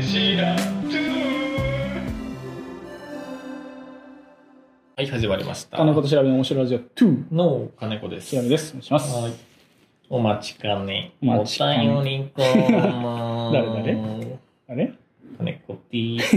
ジラトはい始まりました金子と調べの面白いラジオ2の金子です調べですお願いしますはいお待ちかねお待ちかねお便りコーナー 誰あれ金子 T です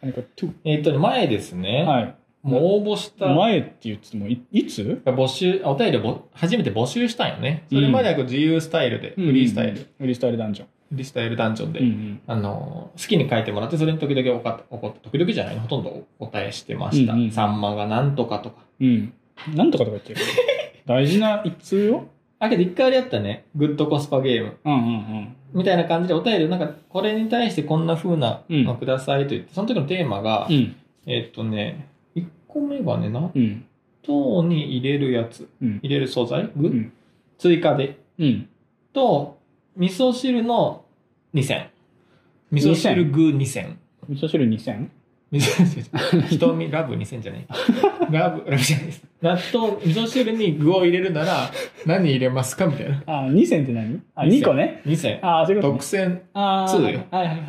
金子えっとね前ですね、 2はいもう応募した前って言ってもいいつ募集あお便りをぼ初めて募集したんよねそれまではこう自由スタイルで、フリースタイル、うんフリースタイルダンジョンフリースタイルダンジョンで、うんあの、好きに書いてもらって、それに時々おかおこ時々じゃないほとんどお答えしてました。うんうんサンマがなんとかとか。うんうんなんとかとか言ってる 大事な一通よあ、けど一回あれやったね。グッドコスパゲーム。うんうんみたいな感じでお便りを、なんか、これに対してこんな風なのくださいと言って、その時のテーマが、うんえっとね、1個目がね、納うん豆に入れるやつ、うん入れる素材、具うん追加で。うんと、味噌汁の2選。味噌汁具2選。味噌汁2000味噌汁、 瞳、ラブ2000じゃないラブ、ラブじゃないです。納豆、味噌汁に具を入れるなら、何入れますかみたいな。あ2000って何あ2個ね2000。あそういうことね特選。あー2よはいはいはい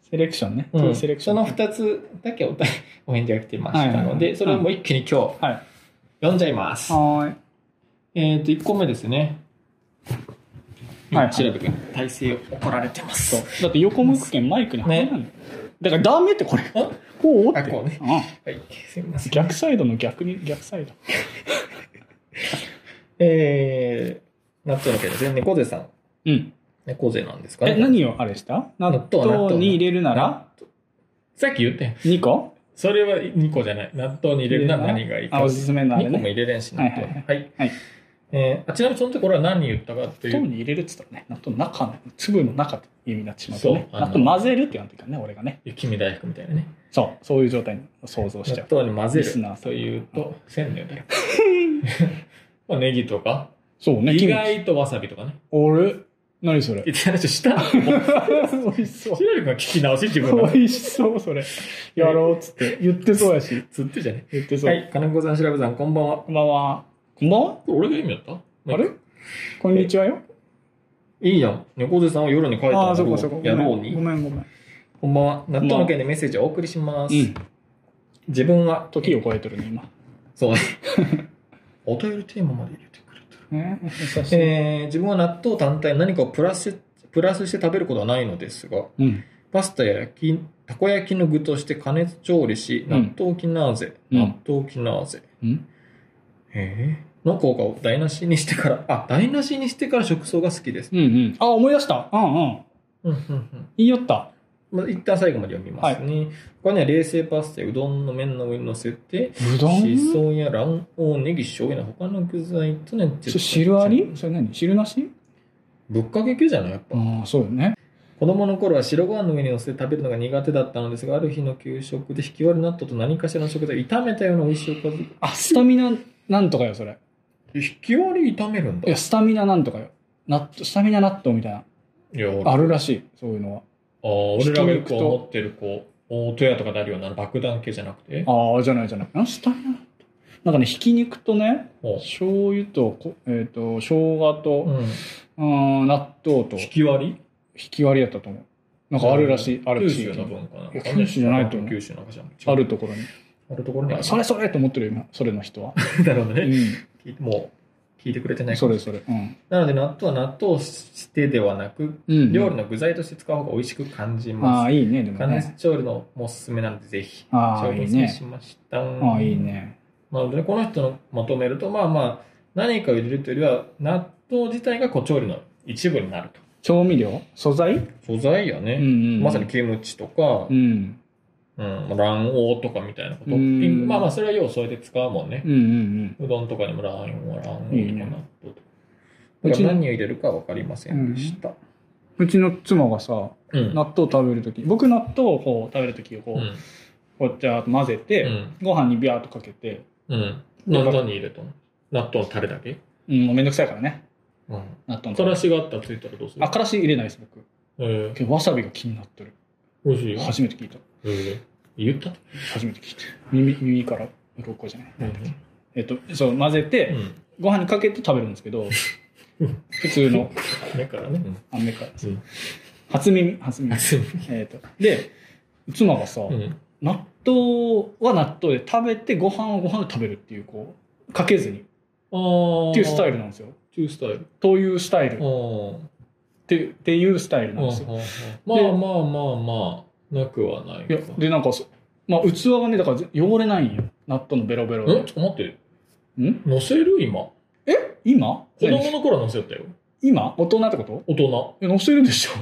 セレクションねうん、セレクショそンの2つだけお便りお返事が来てましたのはいはいはで、いそれをもう一気に今日、はい読んじゃいます。はーいえっと、1個目ですね。はい調べくん、体勢を怒られてます。そうだって横向くけんマイクに入らない、だからダメってこれんこうっあ、てこうね。うんはい、すみません。逆サイドの逆に逆サイドえー、納豆の件ですね。猫背さん。うん猫背なんですかね。え何をあれした納豆納豆豆に入れるなら納豆さっき言ったやん2個それは2個じゃない。納豆に入れるなら何がいいか。あおすすめのあれ2個もね入れれんし、納豆。はいはいはいはいえーあちなみにその時俺は何言ったかってい納豆う。に入れるっつったらね納豆の中の粒の中って意味になってしまうとねそうあの納豆混ぜるってなんていうかね俺がね雪見大福みたいなね。そうそういう状態を想像しちゃ納う豆に混ぜリスナーるさんというと、千 年だよ。まあネギとか、そうね意君外とわさびとかね。俺何それ言って話した。美味しそうひろりくんは聞き直し自分が。美味しそうそれやろうっつって言ってそうやしつってじゃね。言ってそはうい。金子さん、しらぶさん、こんばんは。こんばんはこんばんはこれ俺が意味やったあれこんにちはよいいやん。猫背さんを夜に書いたああーのそこそこやろうごに。めんごめんこんばんは。納豆の件でメッセージをお送りします。うん自分は時を超えてるね今そう。お便りテーマまで入れてくれてる。ね優しい えー自分は納豆単体に何かをプラス、プラスして食べることはないのですが、うんパスタや焼き、たこ焼きの具として加熱調理し、うん納豆キナーゼ、うん納豆キナーゼ、うんえーの効果を台無しにしてから、あ、台無しにしてから食草が好きです。うんうんあ思い出したうんうんうんうんうん。言いよったまあ、一旦最後まで読みますね。これね、冷製パスタやうどんの麺の上に乗せて、うどしんそや卵黄、ネギ、醤油の他の具材とね、それ汁ありそれ何汁なしぶっかけ系じゃないやっぱ、ああそうよね子供の頃は白ご飯の上に乗せて食べるのが苦手だったのですがある日の給食でひき割り納豆と何かしらの食材を炒めたような美味しいおかずあスタミナなんとかよそれひき割り炒めるんいだやスタミナなんとかよ納豆スタミナ納豆みたいないやああるらしいそういうのはあ俺らがよひき肉くと思ってるこう大戸屋とかであるような爆弾系じゃなくてああじゃないじゃないあスタミナ納豆なんかねひき肉とねお醤油とこえっ、と生姜うと、んうん、納豆とひき割りひき割りやったと思うなんかあるらしいある九地州域のに文化なのか、いや九州じゃないと思う九州なんかじゃんあるところにあるところにいあやるそれそれと思ってるよ今それの人 はなるほどうね、んもう聞いてくれてないかそもれそれうん、なので納豆は納豆をしてではなくうん、料理の具材として使う方が美味しく感じます、ああいいねでも加熱ね調理のもおすすめなんで、ぜひ。ああ調い理いしねました。ああいい。ねなので、この人のまとめると、まあまあ、何かを入れるというよりは、納豆自体がこう調理の一部になると。調味料素材、素材やうんうね。んうん、まさにキムチとかう、んうん、卵黄とかみたいなこと。トうッんピング。まあまあ、それは要を添えて使うもんねうん。うんうどんとかにも卵黄、卵黄とかいいね納豆とか。だから何を入れるかわかりませんでした。うんうちの妻がさうん。納豆食べる時僕納豆をこう食べる時をこう、うん。こうやってあーっと混ぜて、うんご飯にビャーっとかけて、うん。納豆に入れたの納豆のタレだけうん、もうめんどくさいからねうん。納豆のからしがあったらついたらどうするあからし入れないです僕えーけどわさびが気になってる美味しいよ。初めて聞いたえー言った初めて聞いた耳耳から鱗じゃない、うん。えっとそう混ぜて、ご飯 にかけて食べるんですけどうん普通のだからね。アンメカうん初耳、初耳。熱い。えーと。で、妻がさ、うん。納豆は納豆で食べて、ご飯はご飯で食べるっていう、こう、かけずに。あっていうスタイル。ルなんですよ。っていうスタイル。というスタイル。あっーてっていうスタイルなんですよ。あまあまあまあまあ、なくはないいかや、で、なんかそ、まあ、器がね、だから汚れないんよ。納豆のベロベロうんちょでっと待って。。ん乗せる今。今子供何の頃は乗せたよ。今大人ってこと大人。え、乗せるでしょ。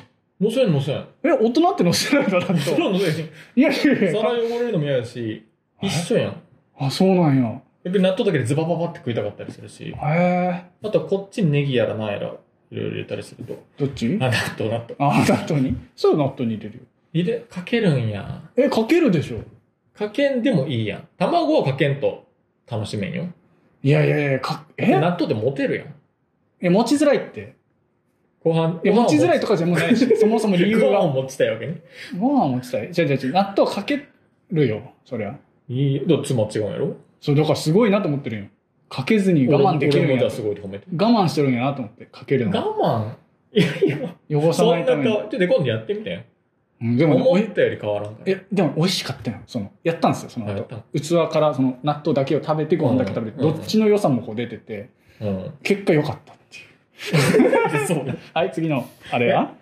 乗せん乗せん。え、大人って乗せないだ、納そ れは乗豆。せんし。いやいやい皿や。汚れるのも嫌やし、一緒やん。あ、そうなんや。逆に納豆だけでズバババって食いたかったりするし、へあとはこっちにネギやらないやら、いろいろ入れたりすると。え。どっちあ、納豆納豆。あ、納豆にそう、納豆に入れるよ。入れ、かけるんや。え、かけるでしょ。かけんでもいいやん。卵をかけんと楽しめんよ。いやいやいや、か、え納豆で持てるやん。え、持ちづらいって。ご飯。え、持ちづらいとかじゃもうないし、そもそも理由ご飯をが。持ちたいわけね。ご飯持ちたい。じゃじゃじゃ納豆かけるよ、そりゃ。いい、どっちも違うんやろそう、だからすごいなと思ってるんよ。かけずに我慢できる俺んもじゃやあ。すごいと褒めて。我慢してるんやなと思って、かけるの。我慢いやい や、汚さそんなないかために。ちょっと今度やってみて。うんでもね、思おっい、たより変わらんから。え、でも美味しかったよ。その、やったんですよ、そのあや後った。器からその納豆だけを食べてご飯だけ食べて、うんうどんっちの良さもこう出てて、うん。結果良かったっていう。そう。ちょはい、次の、あれは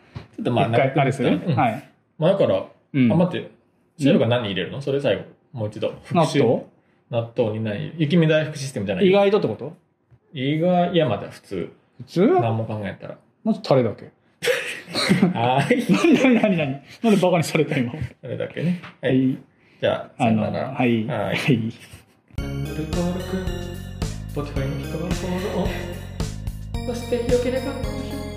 っとまあ、一回、あれするうんはい。まあだから、うんあ、待って。シェルが何入れるのそれ最後。もう一度。納復習豆納豆に何雪見大福システムじゃない意外とってこと意外、いやまだ普通。普通何も考え たら。まずタレだけ。はーい。何何何何なんでバカにされた今。はそれだけね。はい。い。じゃあ、あさよの、なら。はい。ははいい。登録、Spotify の聞く番号を押してよければ高評